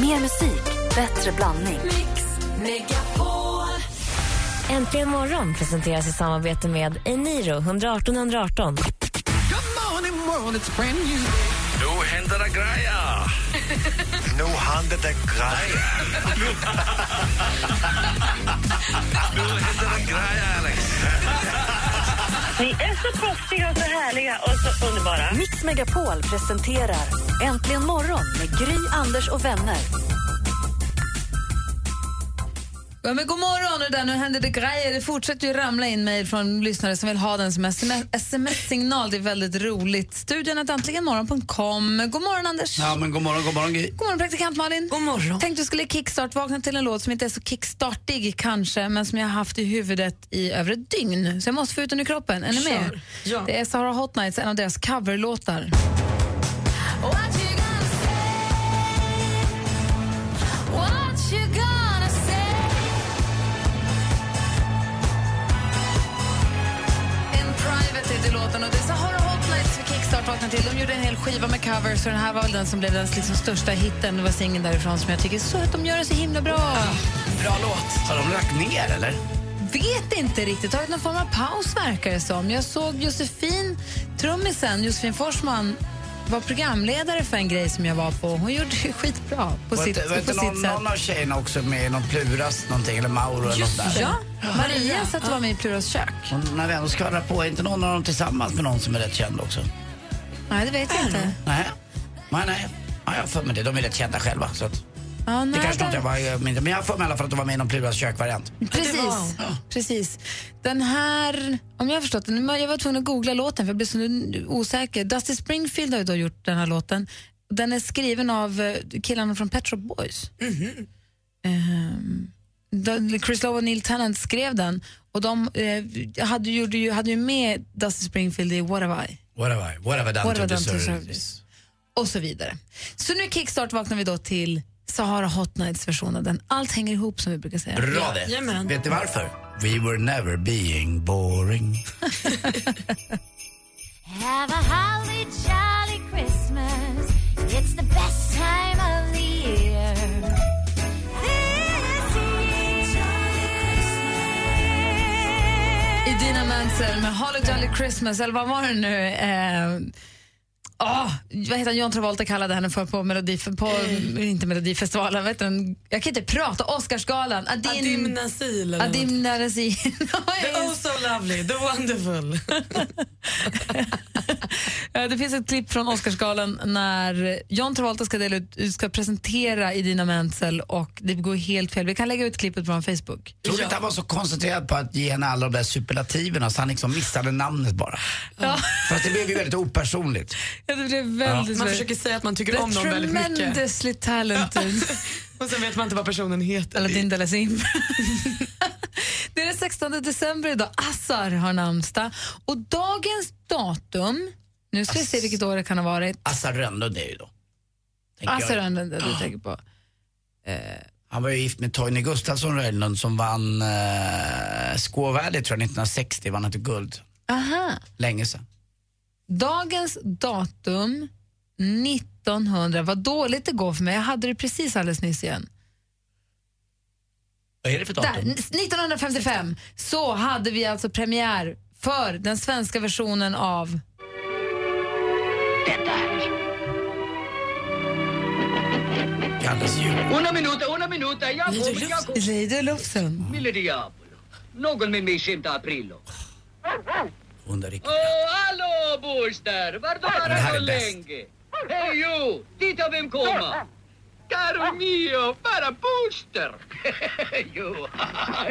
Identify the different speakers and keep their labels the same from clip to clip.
Speaker 1: Mer musik, bättre blandning.
Speaker 2: Mix Megapol.
Speaker 3: Äntligen morgon presenteras i samarbete med Eniro 118 118.
Speaker 4: Nu händer det grejer!
Speaker 5: Nu händer det grejer.
Speaker 4: Nu händer det grejer, Alex!
Speaker 6: Ni är så proffsiga och så härliga och så underbara.
Speaker 1: Mix Megapol presenterar Äntligen morgon med Gry, Anders och vänner.
Speaker 7: Ja, men god morgon! Och där, nu händer det grejer. Det fortsätter ju ramla in mejl från lyssnare som vill ha den som sms-signal. Det är väldigt roligt. Studion är äntligenmorgon.com. God morgon, Anders!
Speaker 8: Ja, men god morgon, god morgon Gry.
Speaker 7: God morgon, praktikant Malin! God morgon. Tänkte du skulle kickstart-vakna till en låt som inte är så kickstartig kanske, men som jag har haft i huvudet i över ett dygn. Så jag måste få ut den ur kroppen. Är ni med? Ja. Det är Sahara Hot Nights, en av deras coverlåtar. In Private heter låten och det är Sahara Hot Nights vi kickstart vaknade till. De gjorde en hel skiva med covers och den här var väl den som blev deras liksom största hitten. Det var singeln därifrån som jag tycker så att de gör den så himla bra.
Speaker 8: Har de lagt ner eller?
Speaker 7: Vet inte riktigt, tagit någon form av paus verkar det som. Jag såg Josefin, trummisen, Josefin Forsman var programledare för en grej som jag var på. Hon gjorde det skitbra på
Speaker 8: Var
Speaker 7: sitt,
Speaker 8: inte, var
Speaker 7: på
Speaker 8: inte
Speaker 7: sitt
Speaker 8: någon,
Speaker 7: sätt.
Speaker 8: någon av tjejerna också med i någon Pluras någonting eller Mauro eller något där?
Speaker 7: Ja, Maria satt och var med i Pluras kök.
Speaker 8: Och när vi ändå skvallrar på, är inte någon av dem tillsammans med någon som är rätt känd också?
Speaker 7: Nej, det vet jag inte.
Speaker 8: Nej, nej, nej. Ja, jag har för mig det. De är rätt kända själva. Så att,
Speaker 7: Ja,
Speaker 8: det
Speaker 7: nej,
Speaker 8: kanske
Speaker 7: där-
Speaker 8: inte var eh, mindre. Men jag har för mig i alla fall att de var med i någon Pluras kökvariant.
Speaker 7: Precis, precis. Den här, om jag har förstått den, jag var tvungen att googla låten för jag blev så osäker. Dusty Springfield har ju då gjort den här låten. Den är skriven av eh, killarna från Pet Shop Boys.
Speaker 8: Mhm.
Speaker 7: Ehm, de- Chris Lowe och Neil Tennant skrev den och de eh, hade, ju, gjorde ju, hade ju med Dusty Springfield i What Have I
Speaker 8: Whatever, whatever done
Speaker 7: What
Speaker 8: to
Speaker 7: have I done to
Speaker 8: deserve
Speaker 7: deserve
Speaker 8: this.
Speaker 7: och så vidare. Så nu kickstart vaknar vi då till Sahara Hot Nights version av den. Allt hänger ihop som vi brukar säga.
Speaker 8: Bra det. Vet ni varför? We were never being boring.
Speaker 9: Have a holly jolly Christmas. It's the best time of the year. This year.
Speaker 7: Idina Mansell med Holly Jolly Christmas, eller vad var det nu? Eh, åh, vad heter han? John Travolta kallade henne för på, melodif på inte Melodifestivalen. Vet du, jag kan inte prata. Oscarsgalan.
Speaker 2: Adim
Speaker 7: Adin,
Speaker 2: Nasil. eller något.
Speaker 7: Adim Narazin.
Speaker 2: The oh so lovely, the wonderful.
Speaker 7: Ja, Det finns ett klipp från Oscarsgalan när John Travolta ska, dela ut, ska presentera Idina Menzel och det går helt fel. Vi kan lägga ut klippet på vår Facebook.
Speaker 8: Tror du inte han var så koncentrerad på att ge henne alla de där superlativerna så han liksom missade namnet bara?
Speaker 7: Ja.
Speaker 8: Fast det blev ju väldigt opersonligt.
Speaker 7: Det blev väldigt...
Speaker 2: Man försöker säga att man tycker om
Speaker 7: The
Speaker 2: någon väldigt mycket.
Speaker 7: tremendously talented.
Speaker 2: Och sen vet man inte vad personen heter.
Speaker 7: Aladdin Dalasim. det är den 16 december idag. Assar har namnsdag. Och dagens datum, nu ska vi se vilket år det kan ha varit.
Speaker 8: Assar Rönnlund är ju då. tänker jag. Ah.
Speaker 7: Assar är den där du tänker på.
Speaker 8: Han var ju gift med Torgny Gustafsson Rönnlund som vann eh, Skåvärdet tror jag 1960, vann han till guld.
Speaker 7: Aha.
Speaker 8: Länge sedan.
Speaker 7: Dagens datum 1900. Vad dåligt det går för mig. Jag hade det precis alldeles nyss igen.
Speaker 8: Vad är det för
Speaker 7: Där,
Speaker 8: datum?
Speaker 7: 1955 så hade vi alltså premiär för den svenska versionen av
Speaker 8: Kallas jul.
Speaker 10: Una minuta, una minuta. Jag kommer, jag kommer.
Speaker 7: Lady Lofsen.
Speaker 10: Mille diavolo. Någon med mig skämtar aprillo. Oh,
Speaker 8: Under riktigt.
Speaker 10: Åh, hallå Buster! Vart
Speaker 8: Det
Speaker 10: var
Speaker 8: här
Speaker 10: du
Speaker 8: är bäst.
Speaker 10: länge? Hej jo! Titta vem kommer! Caro mio, bara Buster! jo,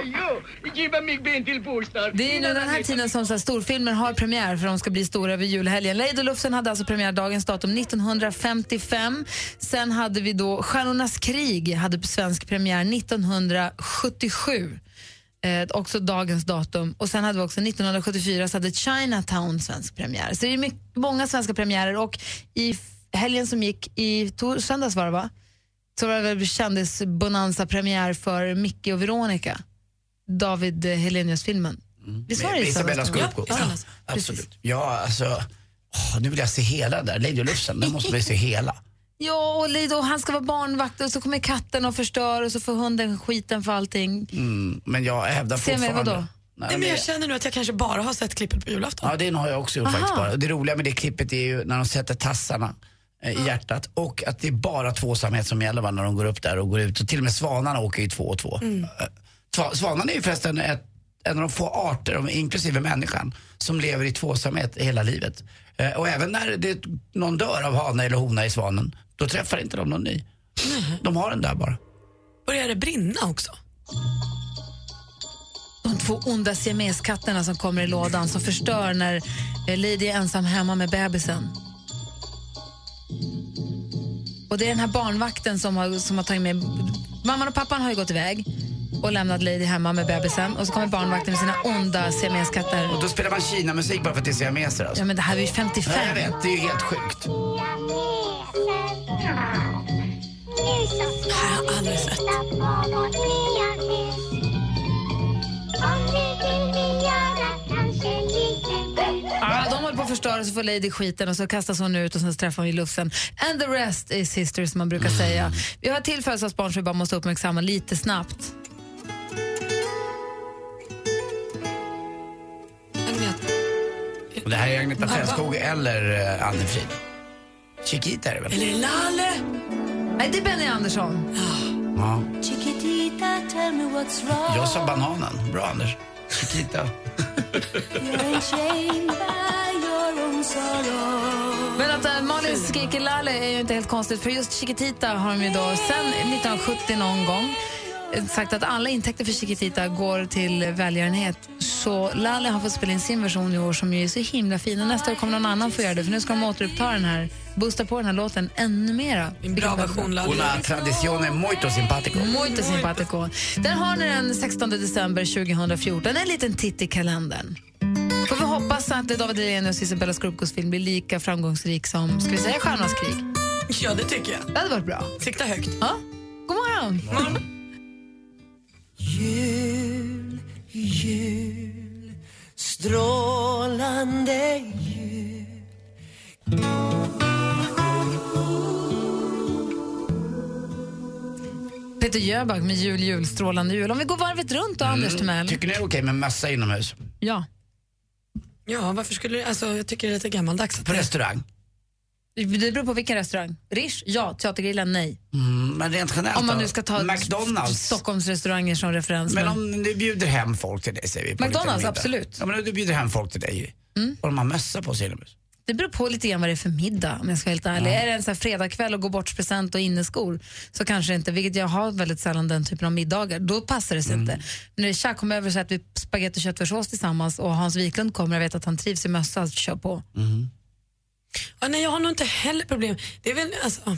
Speaker 10: jo! Giva mig ben till Buster!
Speaker 7: Det är nu den här tiden som så här, storfilmer har premiär för de ska bli stora över julhelgen. Lady Lufsen hade alltså premiär dagens datum 1955. Sen hade vi då Stjärnornas krig hade svensk premiär 1977. Eh, också dagens datum. Och sen hade vi också 1974 så hade Chinatown svensk premiär. Så det är mycket, många svenska premiärer och i f- helgen som gick, i tor- söndags var det va? Så var det väl kändisbonanza-premiär för Micke och Veronica. David eh, Helenius-filmen. Visst var
Speaker 8: Mm. Med
Speaker 7: det i
Speaker 8: Isabella
Speaker 7: söndags?
Speaker 8: Scorupco.
Speaker 7: Ja,
Speaker 8: Ja, absolut. Ja, alltså. åh, nu vill jag se hela där. Lady Lufsen, den måste man ju se hela.
Speaker 7: Ja, och Lido, han ska vara barnvakt och så kommer katten och förstör och så får hunden skiten för allting.
Speaker 8: Mm, men jag hävdar
Speaker 7: Se mig,
Speaker 8: fortfarande...
Speaker 7: vadå?
Speaker 8: Nej,
Speaker 2: Nej, men jag
Speaker 8: det-
Speaker 2: känner nu att jag kanske bara har sett klippet på julafton.
Speaker 8: Ja, det har jag också gjort
Speaker 2: Aha.
Speaker 8: faktiskt bara. Det roliga med det klippet är ju när de sätter tassarna eh, i hjärtat och att det är bara tvåsamhet som gäller va, när de går upp där och går ut. Och till och med svanarna åker ju två och två.
Speaker 5: Mm.
Speaker 8: Eh, tva- Svanarna är ju förresten ett, en av de få arter, de- inklusive människan, som lever i tvåsamhet hela livet. Eh, Och även när det, någon dör av hane eller hona i svanen, då träffar inte de någon ny. De har den där bara.
Speaker 2: Börjar det brinna också?
Speaker 7: De två onda siameskatterna som kommer i lådan som förstör när eh, Lady är ensam hemma med bebisen. Och det är den här barnvakten som har, som har tagit med... Mamman och pappan har ju gått iväg och lämnat Lady hemma med bebisen och så kommer barnvakten med sina onda siameskatter.
Speaker 8: Och då spelar man Kina-musik bara för att det är siameser alltså.
Speaker 7: Ja, men det här är ju 55.
Speaker 8: Ja, jag vet, det är ju helt sjukt.
Speaker 7: Ja, de håller på att förstöra så får Lady skiten och så kastas hon ut och sen träffar hon ju luften. And the rest is history som man brukar säga. Vi har ett till födelsedagsbarn som vi bara måste uppmärksamma lite snabbt.
Speaker 8: Och det här är Agneta Fältskog eller eh, Anne Frid. Chiquita är det väl?
Speaker 7: Lalle? Nej, det är Benny Andersson.
Speaker 8: Ja.
Speaker 9: Chiquitita, tell me what's wrong.
Speaker 8: Jag sa bananen. Bra, Anders. Chiquita.
Speaker 9: You're enchained by your own sorrow.
Speaker 7: Men att äh, Malin skriker Lalle är ju inte helt konstigt för just Chiquitita har de ju då sen 1970 någon gång eh, sagt att alla intäkter för Chiquitita går till välgörenhet. Så Lalle har fått spela in sin version i år som ju är så himla fin. Och nästa år kommer någon annan få göra det för nu ska de återuppta den här, boosta på den här låten ännu mera. Vilket är
Speaker 8: Una tradizione molto simpatico.
Speaker 7: Muito simpatico. Där har ni den 16 december 2014. En liten titt i kalendern. Får vi hoppas att David Hellenius och Isabella Scorpios film blir lika framgångsrik som, ska vi säga Stjärnornas krig?
Speaker 2: Ja, det tycker jag.
Speaker 7: Det hade varit bra.
Speaker 2: Sikta högt.
Speaker 7: Ja. God morgon!
Speaker 11: Jul, jul, strålande jul
Speaker 7: Peter Jöback med Jul, jul, strålande jul. Om vi går varvet runt då,
Speaker 8: Mm.
Speaker 7: Anders Timell.
Speaker 8: Tycker ni det är okej med mössa inomhus?
Speaker 7: Ja.
Speaker 2: Ja, varför skulle du... Alltså, jag tycker det är lite gammaldags.
Speaker 8: På restaurang?
Speaker 7: Det beror på vilken restaurang. Rish? Ja. Teatergrillen? Nej.
Speaker 8: Mm, men rent generellt
Speaker 7: Om man
Speaker 8: då?
Speaker 7: nu ska ta
Speaker 8: McDonalds.
Speaker 7: Stockholmsrestauranger som referens.
Speaker 8: Men om du bjuder hem folk till dig, säger vi. på
Speaker 7: McDonald's,
Speaker 8: lite middag.
Speaker 7: absolut. Mm.
Speaker 8: Ja, men om du bjuder hem folk till dig. Och de har mössa på sig inomhus.
Speaker 7: Det beror på lite grann vad det är för middag om jag ska vara helt ärlig. Är det en sån här fredagkväll och gå bort present och inneskor så kanske det inte, vilket jag har väldigt sällan den typen av middagar, då passar det sig
Speaker 8: Mm.
Speaker 7: inte. Men när Chuck kommer över så att vi spagetti och köttfärssås tillsammans och Hans Wiklund kommer och vet att han trivs i mössa, så kör
Speaker 8: Mm,
Speaker 7: på.
Speaker 2: Ja, nej, jag har nog inte heller problem. Det är väl, alltså,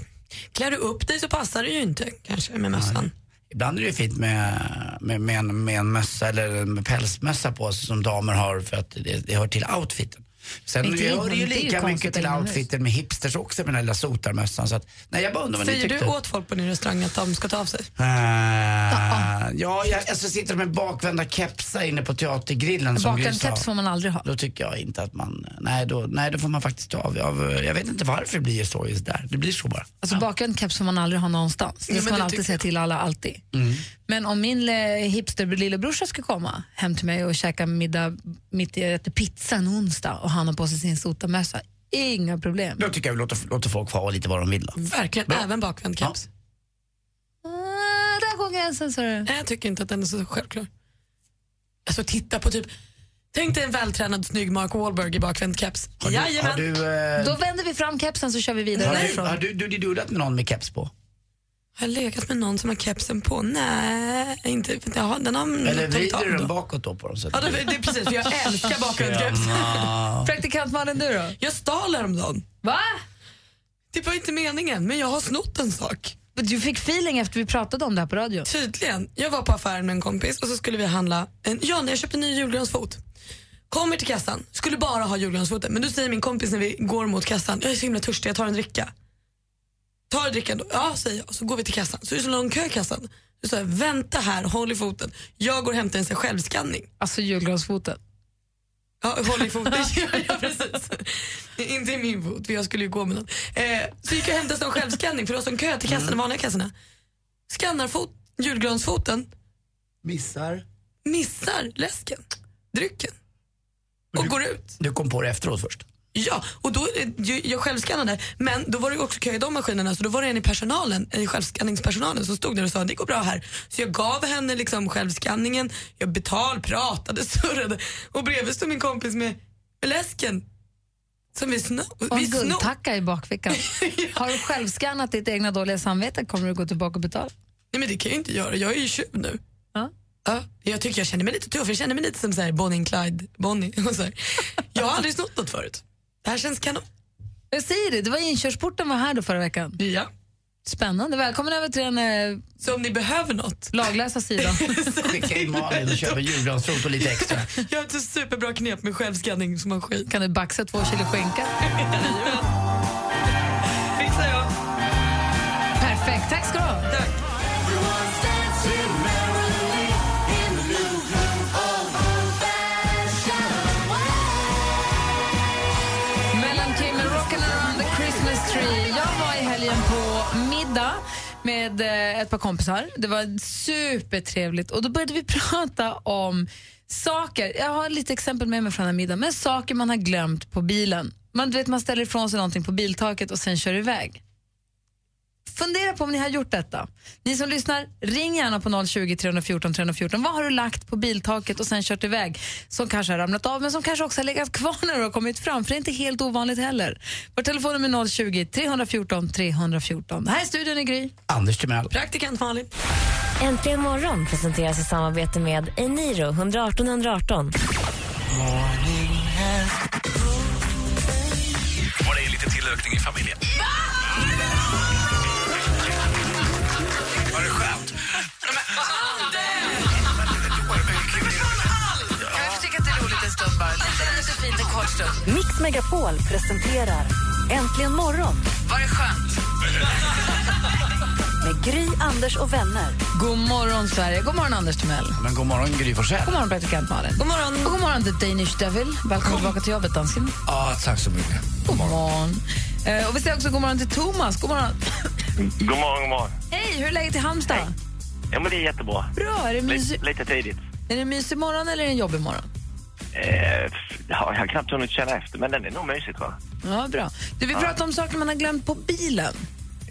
Speaker 2: klär du upp dig så passar det ju inte kanske med mössan.
Speaker 8: Ibland är det fint med, med, med, en, med en mössa eller en pälsmössa på sig som damer har för att det, det hör till outfiten. Sen
Speaker 2: Inte
Speaker 8: det hör det ju
Speaker 2: inomhus, det är ju
Speaker 8: lika
Speaker 2: konstigt
Speaker 8: mycket till
Speaker 2: inomhus.
Speaker 8: outfiten med hipsters också med den där lilla sotarmössan. Så att, nej, jag bara undrar vad ni
Speaker 2: Säger
Speaker 8: tyckte.
Speaker 2: du åt folk på din restaurang att de ska ta av sig?
Speaker 8: Eh, ja, jag, alltså sitter med bakvända kepsar inne på teatergrillen som
Speaker 7: Bakad
Speaker 8: Gry sa.
Speaker 7: keps får man aldrig ha.
Speaker 8: Då tycker jag inte att man, nej då, nej, då får man faktiskt ta av. Jag, jag vet inte varför det blir så just där. Det blir så bara.
Speaker 7: Alltså bakad keps får man aldrig ha någonstans.
Speaker 8: Jo,
Speaker 7: Det
Speaker 8: men
Speaker 7: ska man
Speaker 8: det
Speaker 7: alltid
Speaker 8: tycker
Speaker 7: säga till alla, alltid.
Speaker 8: Mm.
Speaker 7: Men om min le- hipster lillebrorsa skulle komma hem till mig och käka middag mitt i äter pizza en onsdag och han har på sig sin sotarmössa, inga problem.
Speaker 8: Då tycker jag vi låter, låter folk få ha lite vad de vill. Då.
Speaker 2: Verkligen, även bakvänd keps.
Speaker 7: Ah, där går gränsen, sa du.
Speaker 2: Nej, jag tycker inte att den är så självklar. Alltså titta på typ, tänk dig en vältränad snygg Mark Wahlberg i bakvänd keps.
Speaker 8: Har du-
Speaker 2: Jajamän.
Speaker 8: har du, eh,
Speaker 7: Då vänder vi fram kepsen så kör vi vidare
Speaker 8: Har du,
Speaker 7: därifrån.
Speaker 8: har du, du, du, duddat med någon med keps på?
Speaker 2: Har jag legat med någon som har kepsen på? Nej, inte. för Jaha, den har
Speaker 8: Eller
Speaker 2: tagit av
Speaker 8: vrider du
Speaker 2: då.
Speaker 8: den bakåt Mm, då på dem? Så att
Speaker 2: Ja, det, det är precis, för jag älskar bakvänd keps.
Speaker 8: Tjena.
Speaker 7: Praktikantmannen, du då?
Speaker 2: Jag stal häromdagen.
Speaker 7: Va?
Speaker 2: Det var inte meningen, men jag har snott en sak.
Speaker 7: Du fick feeling efter vi pratade om det här på radio.
Speaker 2: Tydligen. Jag var på affären med en kompis och så skulle vi handla en, ja, när jag köpte en ny julgransfot. Kommer till kassan, skulle bara ha julgransfoten. Men då säger min kompis när vi går mot kassan, jag är så himla törstig, jag tar en dricka. Tar en dricka då? Ja, säger jag. Så går vi till kassan. Så är det så lång kö i kassan. Då sa jag, vänta här, håll i foten. Jag går och hämtar en sån här självskanning.
Speaker 7: Alltså julgransfoten.
Speaker 2: Ja, håll i foten. ja, precis. Inte i min fot, för jag skulle ju gå med den. Eh, så gick jag och hämtade en självskanning, för det var sån kö till kassan, de vanliga kassorna. Skannar fot, julgransfoten,
Speaker 8: Missar.
Speaker 2: missar läsken, drycken och går ut.
Speaker 8: Du kom på det efteråt först.
Speaker 2: Ja, och då, eh, ju- jag självskannade, men då var det ju också kö i de maskinerna så då var det en i personalen, i självskanningspersonalen som stod där och sa det går bra här. Så jag gav henne liksom självskanningen, jag betal, pratade, surrade och bredvid stod min kompis med, med läsken som vi snor.
Speaker 7: Och
Speaker 2: vi
Speaker 7: en
Speaker 2: snor.
Speaker 7: guldtacka i bakfickan. Har du självskannat ditt egna dåliga samvete kommer du gå tillbaka och betala.
Speaker 2: Nej men det kan jag ju inte göra, jag är ju tjuv nu.
Speaker 7: Ja.
Speaker 2: Ja, jag tycker jag känner mig lite tuff, jag känner mig lite som så här Bonnie and Clyde, Bonnie. och Så här. Jag har aldrig snott något förut. Det här känns kanon.
Speaker 7: Jag säger det, det var inkörsporten var här då förra veckan.
Speaker 2: Ja.
Speaker 7: Spännande. Välkommen över till den eh,
Speaker 2: Så om ni behöver något.
Speaker 7: laglösa sidan.
Speaker 8: Skicka in Malin och köp en julgransrot och lite extra.
Speaker 2: Jag har ett superbra knep med självskanning som man skit.
Speaker 7: kan du baxa två kilo skinka?
Speaker 2: Fixar jag.
Speaker 7: Perfekt, tack ska du ha.
Speaker 2: Tack.
Speaker 7: Mellan Kim och Rockin' around the Christmas tree. Jag var i helgen på middag med eh, ett par kompisar. Det var supertrevligt och då började vi prata om saker. Jag har lite exempel med mig från den här middagen, men saker man har glömt på bilen. Man, du vet, man ställer ifrån sig någonting på biltaket och sen kör iväg. Fundera på om ni har gjort detta. Ni som lyssnar, ring gärna på 020 314 314. Vad har du lagt på biltaket och sen kört iväg? Som kanske har ramlat av, men som kanske också har legat kvar när du har kommit fram. För det är inte helt ovanligt heller. Vår telefonnummer är 020 314 314. Här är studion i Gry.
Speaker 8: Anders Timell.
Speaker 2: Praktikant Malin.
Speaker 3: Äntligen morgon presenteras i samarbete med Eniro 118 118.
Speaker 4: Var det lite tillökning i familjen?
Speaker 5: Var det skönt?
Speaker 1: Mix Megapol presenterar Äntligen morgon
Speaker 12: Var det skönt?
Speaker 1: med Gry, Anders och vänner.
Speaker 7: God morgon, Sverige. God morgon, Anders Timell.
Speaker 8: Men god morgon Gry Forssell.
Speaker 7: God morgon, praktikant Malin. God morgon. Och god morgon, The Danish Devil. Välkommen tillbaka till jobbet, dansken.
Speaker 8: Ja, tack så mycket.
Speaker 7: God morgon. Eh, och vi säger också god morgon till Thomas. God morgon.
Speaker 13: God morgon, god morgon.
Speaker 7: Hej, hur är läget i Halmstad?
Speaker 13: Ja, men det är jättebra.
Speaker 7: Bra, är det
Speaker 13: Lite,
Speaker 7: mysigt?
Speaker 13: lite tidigt.
Speaker 7: Är det en mysig morgon eller är det en jobbig morgon?
Speaker 13: Eh, f- ja, jag har knappt hunnit känna efter, men den är nog mysig, tror jag.
Speaker 7: Ja, bra. Du, vi
Speaker 13: Ja.
Speaker 7: pratar om saker man har glömt på bilen.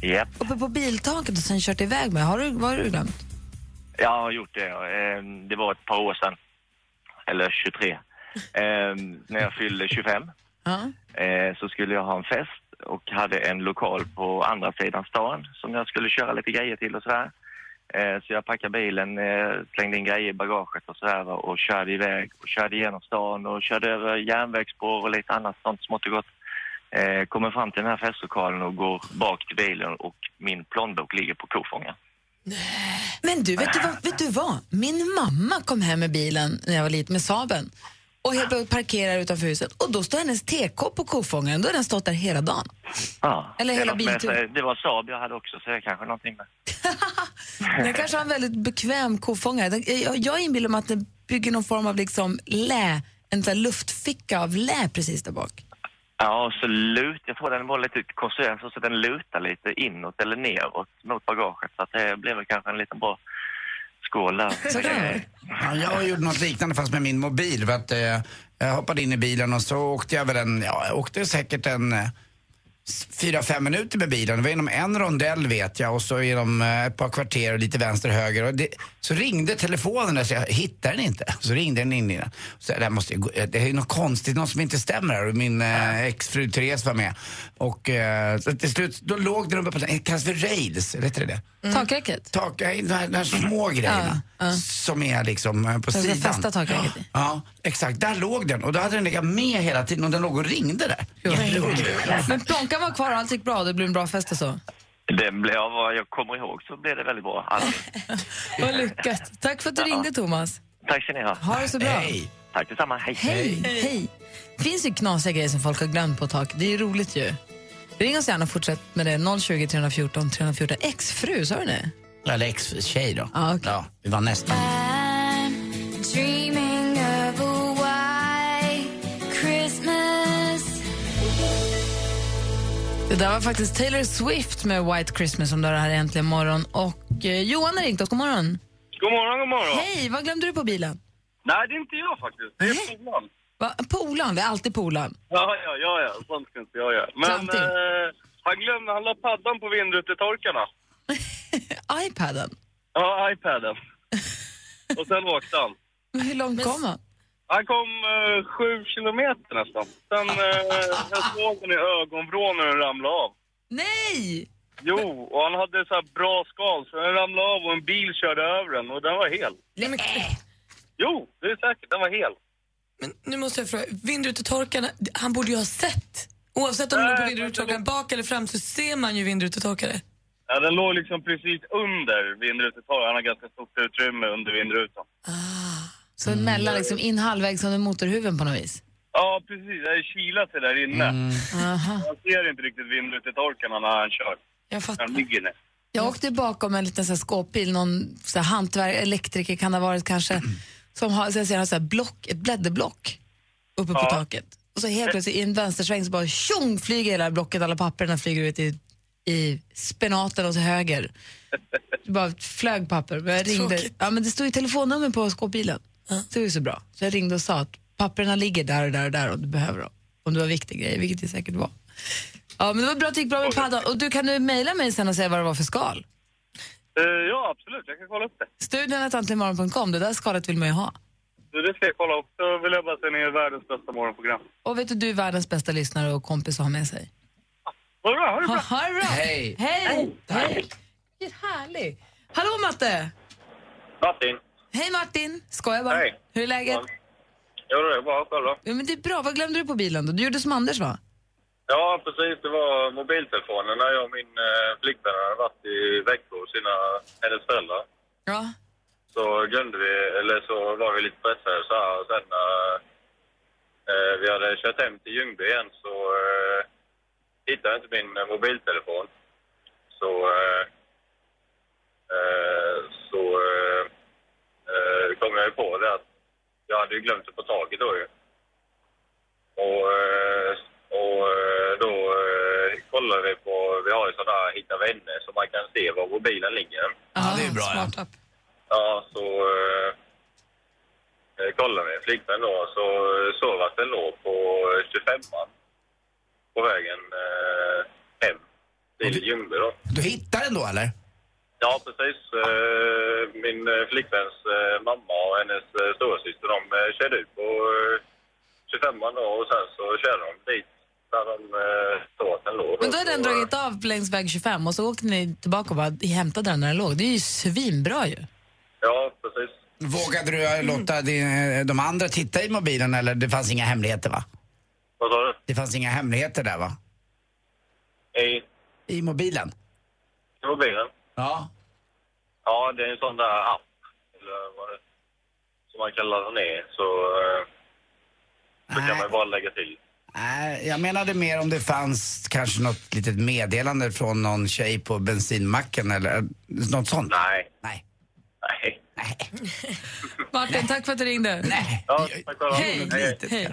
Speaker 13: Japp.
Speaker 7: Uppe på biltaket och sen kört iväg med. Har du, vad har du glömt?
Speaker 13: Jag har gjort det. ja. Eh, Det var ett par år sedan, eller 23, eh, när jag fyllde 25.
Speaker 7: Ja.
Speaker 13: eh, så skulle jag ha en fest och hade en lokal på andra sidan stan som jag skulle köra lite grejer till och sådär. Eh, så jag packade bilen, eh, slängde in grejer i bagaget och sådär va, och körde iväg och körde genom stan och körde över järnvägsspår och lite annat sånt smått och gott. Eh, kommer fram till den här festlokalen och går bak till bilen och min plånbok ligger på kofångaren.
Speaker 7: Men du, vet du, vad, vet du vad? Min mamma kom hem med bilen när jag var liten med Saben och helt plötsligt parkerar utanför huset och då står hennes TK på kofångaren. Då har den stått där hela dagen.
Speaker 13: Ja.
Speaker 7: Ah. Eller
Speaker 13: Det är
Speaker 7: hela
Speaker 13: något med-
Speaker 7: bilturen.
Speaker 13: Det var Saab jag hade också så det är kanske någonting med.
Speaker 7: Den kanske har en väldigt bekväm kofångare. Den- Jag, jag inbillar mig att den bygger någon form av liksom lä, en sån här luftficka av lä precis där bak.
Speaker 13: Ja, och så lut. Jag tror den var lite konstruerad så att den lutar lite inåt eller neråt mot bagaget. Så att det blev väl kanske en liten bra skål där. Eh,
Speaker 8: Ja, jag gjorde något liknande fast med min mobil. För att, eh, jag hoppade in i bilen och så åkte jag väl en, ja, jag åkte säkert en eh, s- fyra, fem minuter med bilen. Det var genom en rondell vet jag och så genom eh, ett par kvarter och lite vänster, höger. Och det, så ringde telefonen där så jag hittade den inte. Så ringde den in i den. Så det, här måste, ju gå- eh, det är ju något konstigt, något som inte stämmer här. Och min eh, exfru Therese var med. Och eh, så till slut, då låg den uppe på, det kallas för rails, eller heter det det?
Speaker 7: Takräcket?
Speaker 8: Tak, nej, de här, de här små grejerna som är liksom eh, på
Speaker 7: Som ska
Speaker 8: sidan.
Speaker 7: fästa takräcket i.
Speaker 8: Ja, exakt. Där låg den och då hade den legat med hela tiden och den låg och ringde där.
Speaker 7: Men plånkan var kvar och allt gick bra. Det blev en bra fest och så.
Speaker 13: Det blev, av vad jag kommer ihåg så blev det väldigt bra. Alltså,
Speaker 7: Vad lyckat. Tack för att du ringde, Thomas.
Speaker 13: tack ska ni ha.
Speaker 7: Ha det så bra. Hej.
Speaker 13: Tack detsamma. Hej.
Speaker 7: Hej. Hej. Det finns ju knasiga grejer som folk har glömt på tak. Det är ju roligt ju. Ring oss gärna och fortsätt med det. 020 314 314. Exfru, sa du det?
Speaker 8: Eller ex-tjej då.
Speaker 7: Ja,
Speaker 8: ja, vi var nästan.
Speaker 9: I'm dreaming of a white
Speaker 7: där var faktiskt Taylor Swift med White Christmas som du har här äntligen morgon. Och eh, Johan har ringt oss, god morgon.
Speaker 12: God morgon, god morgon.
Speaker 7: Hej, vad glömde du på bilen?
Speaker 12: Nej, det är inte jag faktiskt. Det är Polan.
Speaker 7: Va? Polaren, det är alltid polaren.
Speaker 12: Ja, ja, ja, ja. Sånt kan inte jag göra. Men
Speaker 7: Klantig.
Speaker 12: eh, han glömde, han la paddan på vindrutetorkarna.
Speaker 7: iPaden.
Speaker 12: Ja, iPaden. Och sen åkte han.
Speaker 7: Men Hur långt kom han?
Speaker 12: Han kom eh, sju kilometer nästan. Sen eh, jag såg honom i ögonvrån när den ramlade av.
Speaker 7: Nej!
Speaker 12: Jo, och han hade så här bra skal så den ramlade av och en bil körde över den och den var hel. Jo, det är säkert, den var hel.
Speaker 2: Nu måste jag fråga, vindrutetorkarna, han borde ju ha sett. Oavsett om det låg på
Speaker 7: Äh,
Speaker 2: vindrutetorkaren bak eller fram så ser man ju vindrutetorkare.
Speaker 12: Ja, den låg liksom precis under vindrutetorkaren. Han har ganska stort utrymme under vindrutan.
Speaker 7: Så mellan, liksom in halvvägs under motorhuven på något vis.
Speaker 12: Ja, precis. Det är kylat det där inne.
Speaker 7: Aha.
Speaker 12: Man ser inte riktigt vindrutetorkarna när han kör.
Speaker 7: Jag fattar.
Speaker 12: Han ligger ner.
Speaker 7: Jag åkte bakom en liten så här skåpbil, någon så här hantverk, elektriker kan det ha varit kanske, som har, så jag ser, har så här block, ett blädderblock uppe på
Speaker 14: Ja.
Speaker 7: taket. Och så helt plötsligt i en vänstersväng så bara tjong flyger hela blocket, alla papperna flyger ut i, i spenaten åt höger. Det bara flög papper. Men jag ringde,
Speaker 14: Tråkigt.
Speaker 7: ja, men det stod ju telefonnummer på skåpbilen. Det var ju så bra. Så jag ringde och sa att papperna ligger där och där och där om du behöver dem. Om det var viktiga grejer, vilket det säkert var. Ja, men det var bra att det gick bra med paddan. Och du kan du mejla mig sen och säga vad det var för skal?
Speaker 12: Eh, ja, absolut. Jag kan kolla upp det.
Speaker 7: Studion att antligenmorgon.com, det där skalet vill man ju ha.
Speaker 12: Så det ska jag kolla upp. Så vill jag bara säga att ni är världens bästa morgonprogram.
Speaker 7: Och vet du, du är världens bästa lyssnare och kompis att ha med sig.
Speaker 12: Ha det bra, ha det
Speaker 7: bra. Ha, det bra.
Speaker 12: Hej.
Speaker 7: Hej! Hej! Vilken härlig! Hallå Matte!
Speaker 15: Martin.
Speaker 7: Hej Martin! Skojar bara.
Speaker 15: Hej.
Speaker 7: Hur är läget?
Speaker 15: Jo, det är bra. Själv då?
Speaker 7: Ja, men det är bra. Vad glömde du på bilen då? Du gjorde som Anders va?
Speaker 15: Ja, precis. Det var mobiltelefonen när jag och min eh, flickvän hade varit i Växjö hos sina, hennes föräldrar.
Speaker 7: Ja.
Speaker 15: Så glömde vi, eller så var vi lite pressade så här. Och sen när eh, vi hade kört hem till Ljungby igen så eh, hittade jag inte min eh, mobiltelefon. Så, eh, eh, så eh, eh, kom jag ju på det att jag hade ju glömt det på taget då ju. Och, eh, och eh, då eh, kollar vi på, vi har ju sådana här hitta vänner så man kan se var mobilen ligger.
Speaker 8: Ja,
Speaker 7: Ah,
Speaker 8: det är bra. Ja.
Speaker 15: Ja, så eh, eh, kollade min flickvän då så eh, såg att den låg på eh, 25an på vägen eh, hem till Ljungby då.
Speaker 8: Du hittar den då eller?
Speaker 15: Ja, precis. Eh, Min eh, flickväns eh, mamma och hennes eh, storasyster de eh, körde ut på eh, 25an då och sen så körde de dit där de eh, såg att den låg.
Speaker 7: Men då har den
Speaker 15: Så, eh,
Speaker 7: dragit av längs väg 25 och så åkte ni tillbaka och bara hämtade den där den låg. Det är ju svinbra ju.
Speaker 15: eh, Ja, precis.
Speaker 8: Vågade
Speaker 7: Mm.
Speaker 8: du eh, låta din, eh, de andra titta i mobilen eller det fanns inga hemligheter va?
Speaker 15: Vad sa du?
Speaker 8: Det fanns inga hemligheter där va?
Speaker 15: I,
Speaker 8: I mobilen?
Speaker 15: i mobilen.
Speaker 8: Ja.
Speaker 15: Ja, det är en sån där app eller vad det, som man kan ladda ner så, eh, så kan man ju bara lägga till.
Speaker 8: Nej, jag menade mer om det fanns kanske något litet meddelande från någon tjej på bensinmacken eller något sånt.
Speaker 15: Nej.
Speaker 8: Nej.
Speaker 15: Nej.
Speaker 7: Martin, tack för att du ringde. Nej.
Speaker 15: Ja, tack för att
Speaker 7: Hej.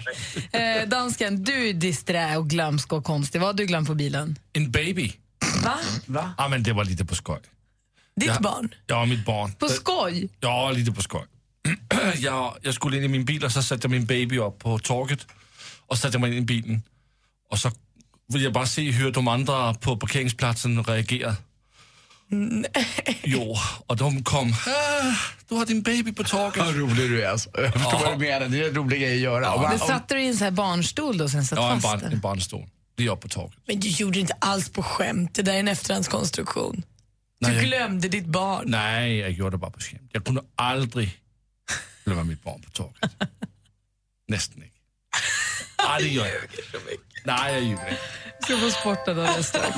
Speaker 7: Hej. Eh, dansken, du är disträ och glömsk och konstig. Vad har du glömt på bilen?
Speaker 16: En baby.
Speaker 7: Va?
Speaker 16: Ja, men det var lite på skoj.
Speaker 7: Ditt
Speaker 16: ja.
Speaker 7: barn?
Speaker 16: Ja, mitt barn.
Speaker 7: På skoj?
Speaker 16: Ja, lite på skoj. jag, jag skulle in i min bil och så satte jag min baby upp på torget och satte mig in i bilen. Och så ville jag bara se hur de andra på parkeringsplatsen reagerade. Jo, och de kom. "Ah, Du har din baby på torget. Vad
Speaker 8: rolig du är alltså. Jag förstår vad du menar. Det är en rolig grej att göra.
Speaker 7: det satte du i en sån här barnstol då och sen satt
Speaker 16: Ja, en,
Speaker 7: fast
Speaker 16: barn,
Speaker 7: den?
Speaker 16: en barnstol. Det är jag på torget.
Speaker 2: Men du gjorde inte alls på skämt, det där är en efterhandskonstruktion. Du
Speaker 16: Nej, jag-
Speaker 2: glömde ditt barn.
Speaker 16: Nej, jag gjorde det bara på skämt. Jag kunde aldrig glömma mitt barn på torget. Nästan inte. Nej, det gör jag inte. Nej, jag ljuger inte.
Speaker 7: Vi ska få sporten alldeles strax.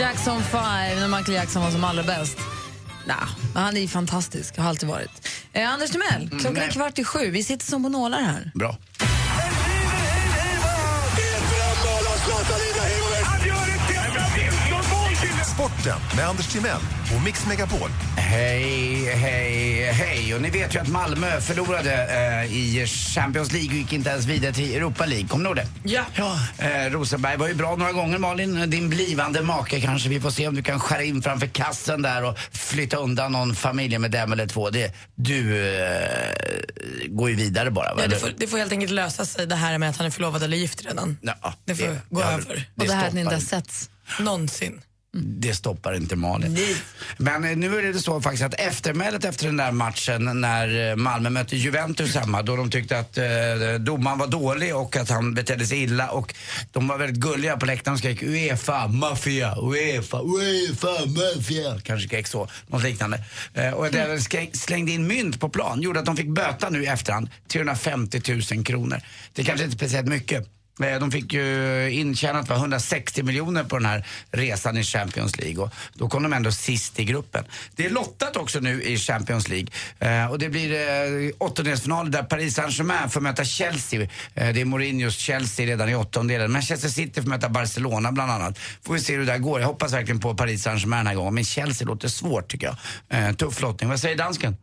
Speaker 7: Jackson 5, när Michael Jackson var som allra bäst. Nah, men han är ju fantastisk, har alltid varit. Eh, Anders Timell, klockan är
Speaker 8: nej.
Speaker 7: kvart i sju. Vi sitter som på nålar här.
Speaker 8: Bra.
Speaker 5: Han gör ett jävla vilt! Sporten med Anders Timell och Mix Megapol.
Speaker 8: Hej, hej, hej. Och ni vet ju att Malmö förlorade eh, i Champions League och gick inte ens vidare till Europa League. Kommer ni ihåg det?
Speaker 2: Ja.
Speaker 8: Eh, Rosenberg var ju bra några gånger, Malin. Din blivande make kanske. Vi får se om du kan skära in framför kassen där och flytta undan någon familjemedlem eller två. Det, du eh, går ju vidare bara. va?
Speaker 2: Nej, det, får, det får helt enkelt lösa sig det här med att han är förlovad eller gift redan.
Speaker 8: Ja,
Speaker 2: Det får gå
Speaker 8: ja,
Speaker 2: över.
Speaker 8: det Och det här att ni inte har stoppar
Speaker 2: setts? Någonsin.
Speaker 8: Det stoppar inte Malin. Men eh, nu är det så faktiskt att eftermälet efter den där matchen när eh, Malmö mötte Juventus hemma då de tyckte att eh, domaren var dålig och att han betedde sig illa och de var väldigt gulliga på läktaren och skrek Uefa, maffia, Uefa, Uefa, maffia. Kanske skrek så, något liknande. Eh, och det även skrek- slängde in mynt på plan gjorde att de fick böta nu i efterhand 350 000 kronor. Det kanske inte är speciellt mycket. Eh, De fick ju intjänat va, 160 miljoner på den här resan i Champions League och då kom de ändå sist i gruppen. Det är lottat också nu i Champions League Eh, och det blir eh, åttondelsfinal där Paris Saint-Germain får möta Chelsea. Eh, det är Mourinhos Chelsea redan i åttondelen. Manchester City får möta Barcelona bland annat. Får vi se hur det där går. Jag hoppas verkligen på Paris Saint-Germain den här gången men Chelsea låter svårt tycker jag. Eh, tuff lottning. Vad säger dansken?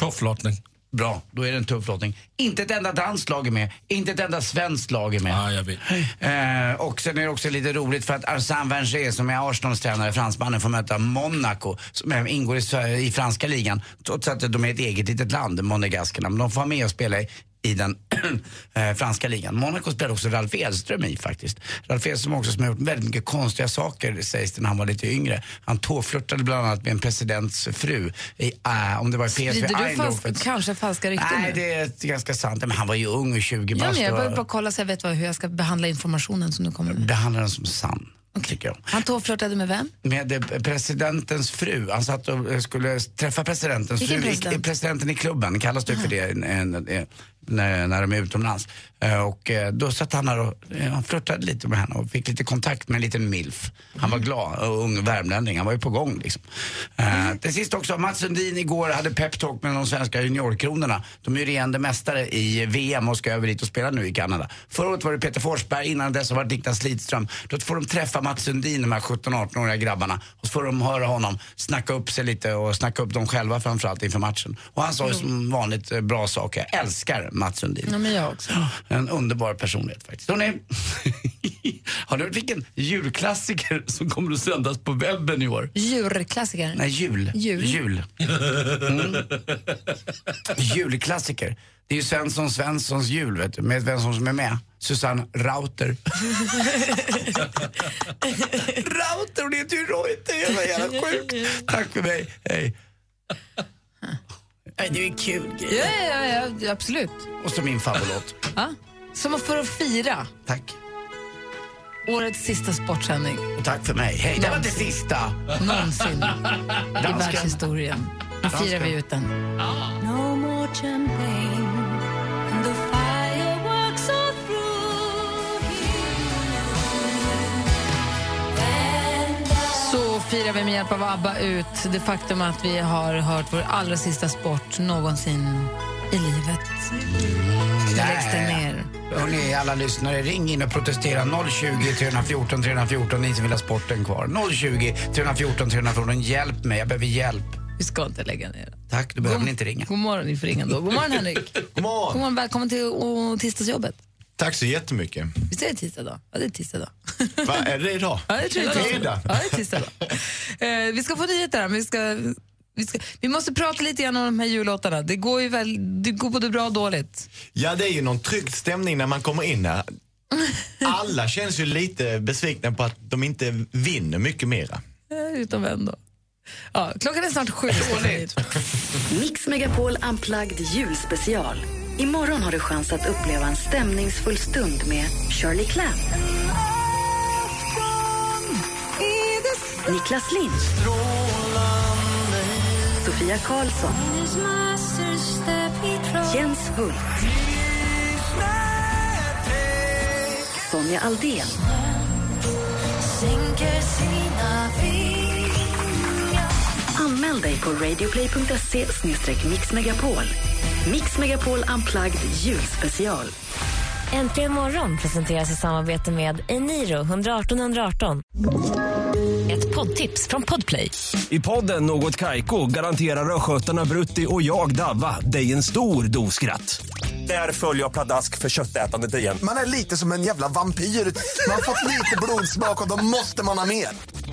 Speaker 16: Tuff lottning.
Speaker 8: Bra, då är det en tuff lottning. Inte ett enda danskt lag är med, inte ett enda svenskt lag är med.
Speaker 16: Ja, jag vet.
Speaker 8: Eh, och sen är det också lite roligt för att Arsène Wenger som är Arsenals tränare, fransmannen, får möta Monaco som även ingår i, Sver- i franska ligan trots att de är ett eget litet land, monegaskerna. Men de får vara med och spela i, i den eh, franska ligan. Monaco spelar också Ralf Edström i faktiskt. Ralf Edström också som har gjort väldigt mycket konstiga saker sägs det när han var lite yngre. Han tåflörtade bland annat med en presidents fru i, eh, om det var i PSV
Speaker 7: Sprider du
Speaker 8: Eindhoven.
Speaker 7: fast, kanske falska rykten
Speaker 8: Nej,
Speaker 7: nu?
Speaker 8: det är ganska sant. Men han var ju ung och 20
Speaker 7: Ja,
Speaker 8: bast.
Speaker 7: men jag
Speaker 8: och-
Speaker 7: behöver bara kolla så jag vet vad, hur jag ska behandla informationen som du kommer med.
Speaker 8: behandlar den som sann, tycker jag.
Speaker 7: Han tåflörtade med vem?
Speaker 8: Med eh, presidentens fru. Han satt och eh, skulle träffa presidentens
Speaker 7: Vilken
Speaker 8: fru. i-
Speaker 7: president?
Speaker 8: i- Presidenten i klubben, kallas det för det eh, eh, när, när de är utomlands. Eh, Och eh, då satt han där och eh, han flörtade lite med henne och fick lite kontakt med en liten milf. Han
Speaker 7: Mm.
Speaker 8: var glad och ung värmlänning. Han var ju på gång liksom. Eh,
Speaker 7: Mm.
Speaker 8: Till sist också, Mats Sundin igår hade peptalk med de svenska juniorkronorna. De är ju regerande mästare i VM och ska över dit och spela nu i Kanada. Förra året var det Peter Forsberg, innan dess var det Niklas Lidström. Då får de träffa Mats Sundin, de här 17-18-åriga grabbarna. Och så får de höra honom snacka upp sig lite och snacka upp dem själva framförallt inför matchen. Och han sa ju som vanligt eh, bra saker. Jag älskar Mats Sundin.
Speaker 7: Ja, men jag också.
Speaker 8: En underbar personlighet faktiskt. Hörrni, har ni hört vilken julklassiker som kommer att sändas på webben i år?
Speaker 7: Djurklassiker.
Speaker 8: Nej, jul.
Speaker 7: Jul.
Speaker 8: Jul. Mm. Julklassiker. Det är ju Svensson Svenssons jul, vet du. Med vem som är med. Susanne Rauter. Rauter, hon heter ju Reuter. Jävla, jävla sjukt. Tack för mig. Hej. Nej, det är ju en kul
Speaker 7: Ja, ja, ja, ja absolut.
Speaker 8: Och så min favoritlåt.
Speaker 7: Ja. Som för att fira
Speaker 8: Tack.
Speaker 7: årets sista sportsändning.
Speaker 8: Och tack för mig. Hej. Det var det sista.
Speaker 7: Någonsin i
Speaker 8: Dansken.
Speaker 7: världshistorien. Nu firar vi ut den.
Speaker 11: No more champagne, and the fireworks are through
Speaker 7: Så firar vi med hjälp av ABBA ut det faktum att vi har hört vår allra sista sport någonsin i livet. Nu läggs den ner.
Speaker 8: Hörrni, alla lyssnare, ring in och protestera. 020 314 314, ni som vill ha sporten kvar. 020 314 314, hjälp mig, jag behöver hjälp.
Speaker 7: Vi ska inte lägga ner den.
Speaker 8: Tack, du
Speaker 17: Mm.
Speaker 8: behöver ni inte ringa.
Speaker 7: God morgon, ni får ringa då. God morgon, Henrik.
Speaker 14: God morgon.
Speaker 7: God morgon, välkommen till och, tisdagsjobbet.
Speaker 14: Tack så jättemycket.
Speaker 7: Visst är det tisdag då? Ja, det är tisdag då.
Speaker 14: Va, är det idag?
Speaker 7: Ja, det tror jag.
Speaker 14: Det är idag.
Speaker 7: Ja, det är tisdag då. Eh, vi ska få nyheter här, men vi ska, vi ska... Vi måste prata lite grann om de här jullåtarna. Det går ju väl, det går både bra och dåligt.
Speaker 14: Ja, det är ju någon tryckt stämning när man kommer in här. Alla känns ju lite besvikna på att de inte vinner mycket mera.
Speaker 7: Eh, Utom en då. Ja, klockan är snart sju.
Speaker 1: Mix Megapol Unplugged julspecial. Imorgon har du chans att uppleva en stämningsfull stund med Shirley Clamp. Niklas Lind. Sofia Karlsson. Jens Hult. Sonja Aldén. Anmäl dig på radioplay.se mixmegapol. Mix Megapol Unplugged julspecial.
Speaker 3: Äntligen morgon presenteras i samarbete med Eniro 118 118. ett poddtips från Podplay.
Speaker 17: I podden Något Kaiko garanterar östgötarna Brutti och jag, Davva, dig en stor dos skratt. Där följer jag pladask för köttätandet igen.
Speaker 14: Man är lite som en jävla vampyr. Man har fått lite blodsmak och då måste man ha mer.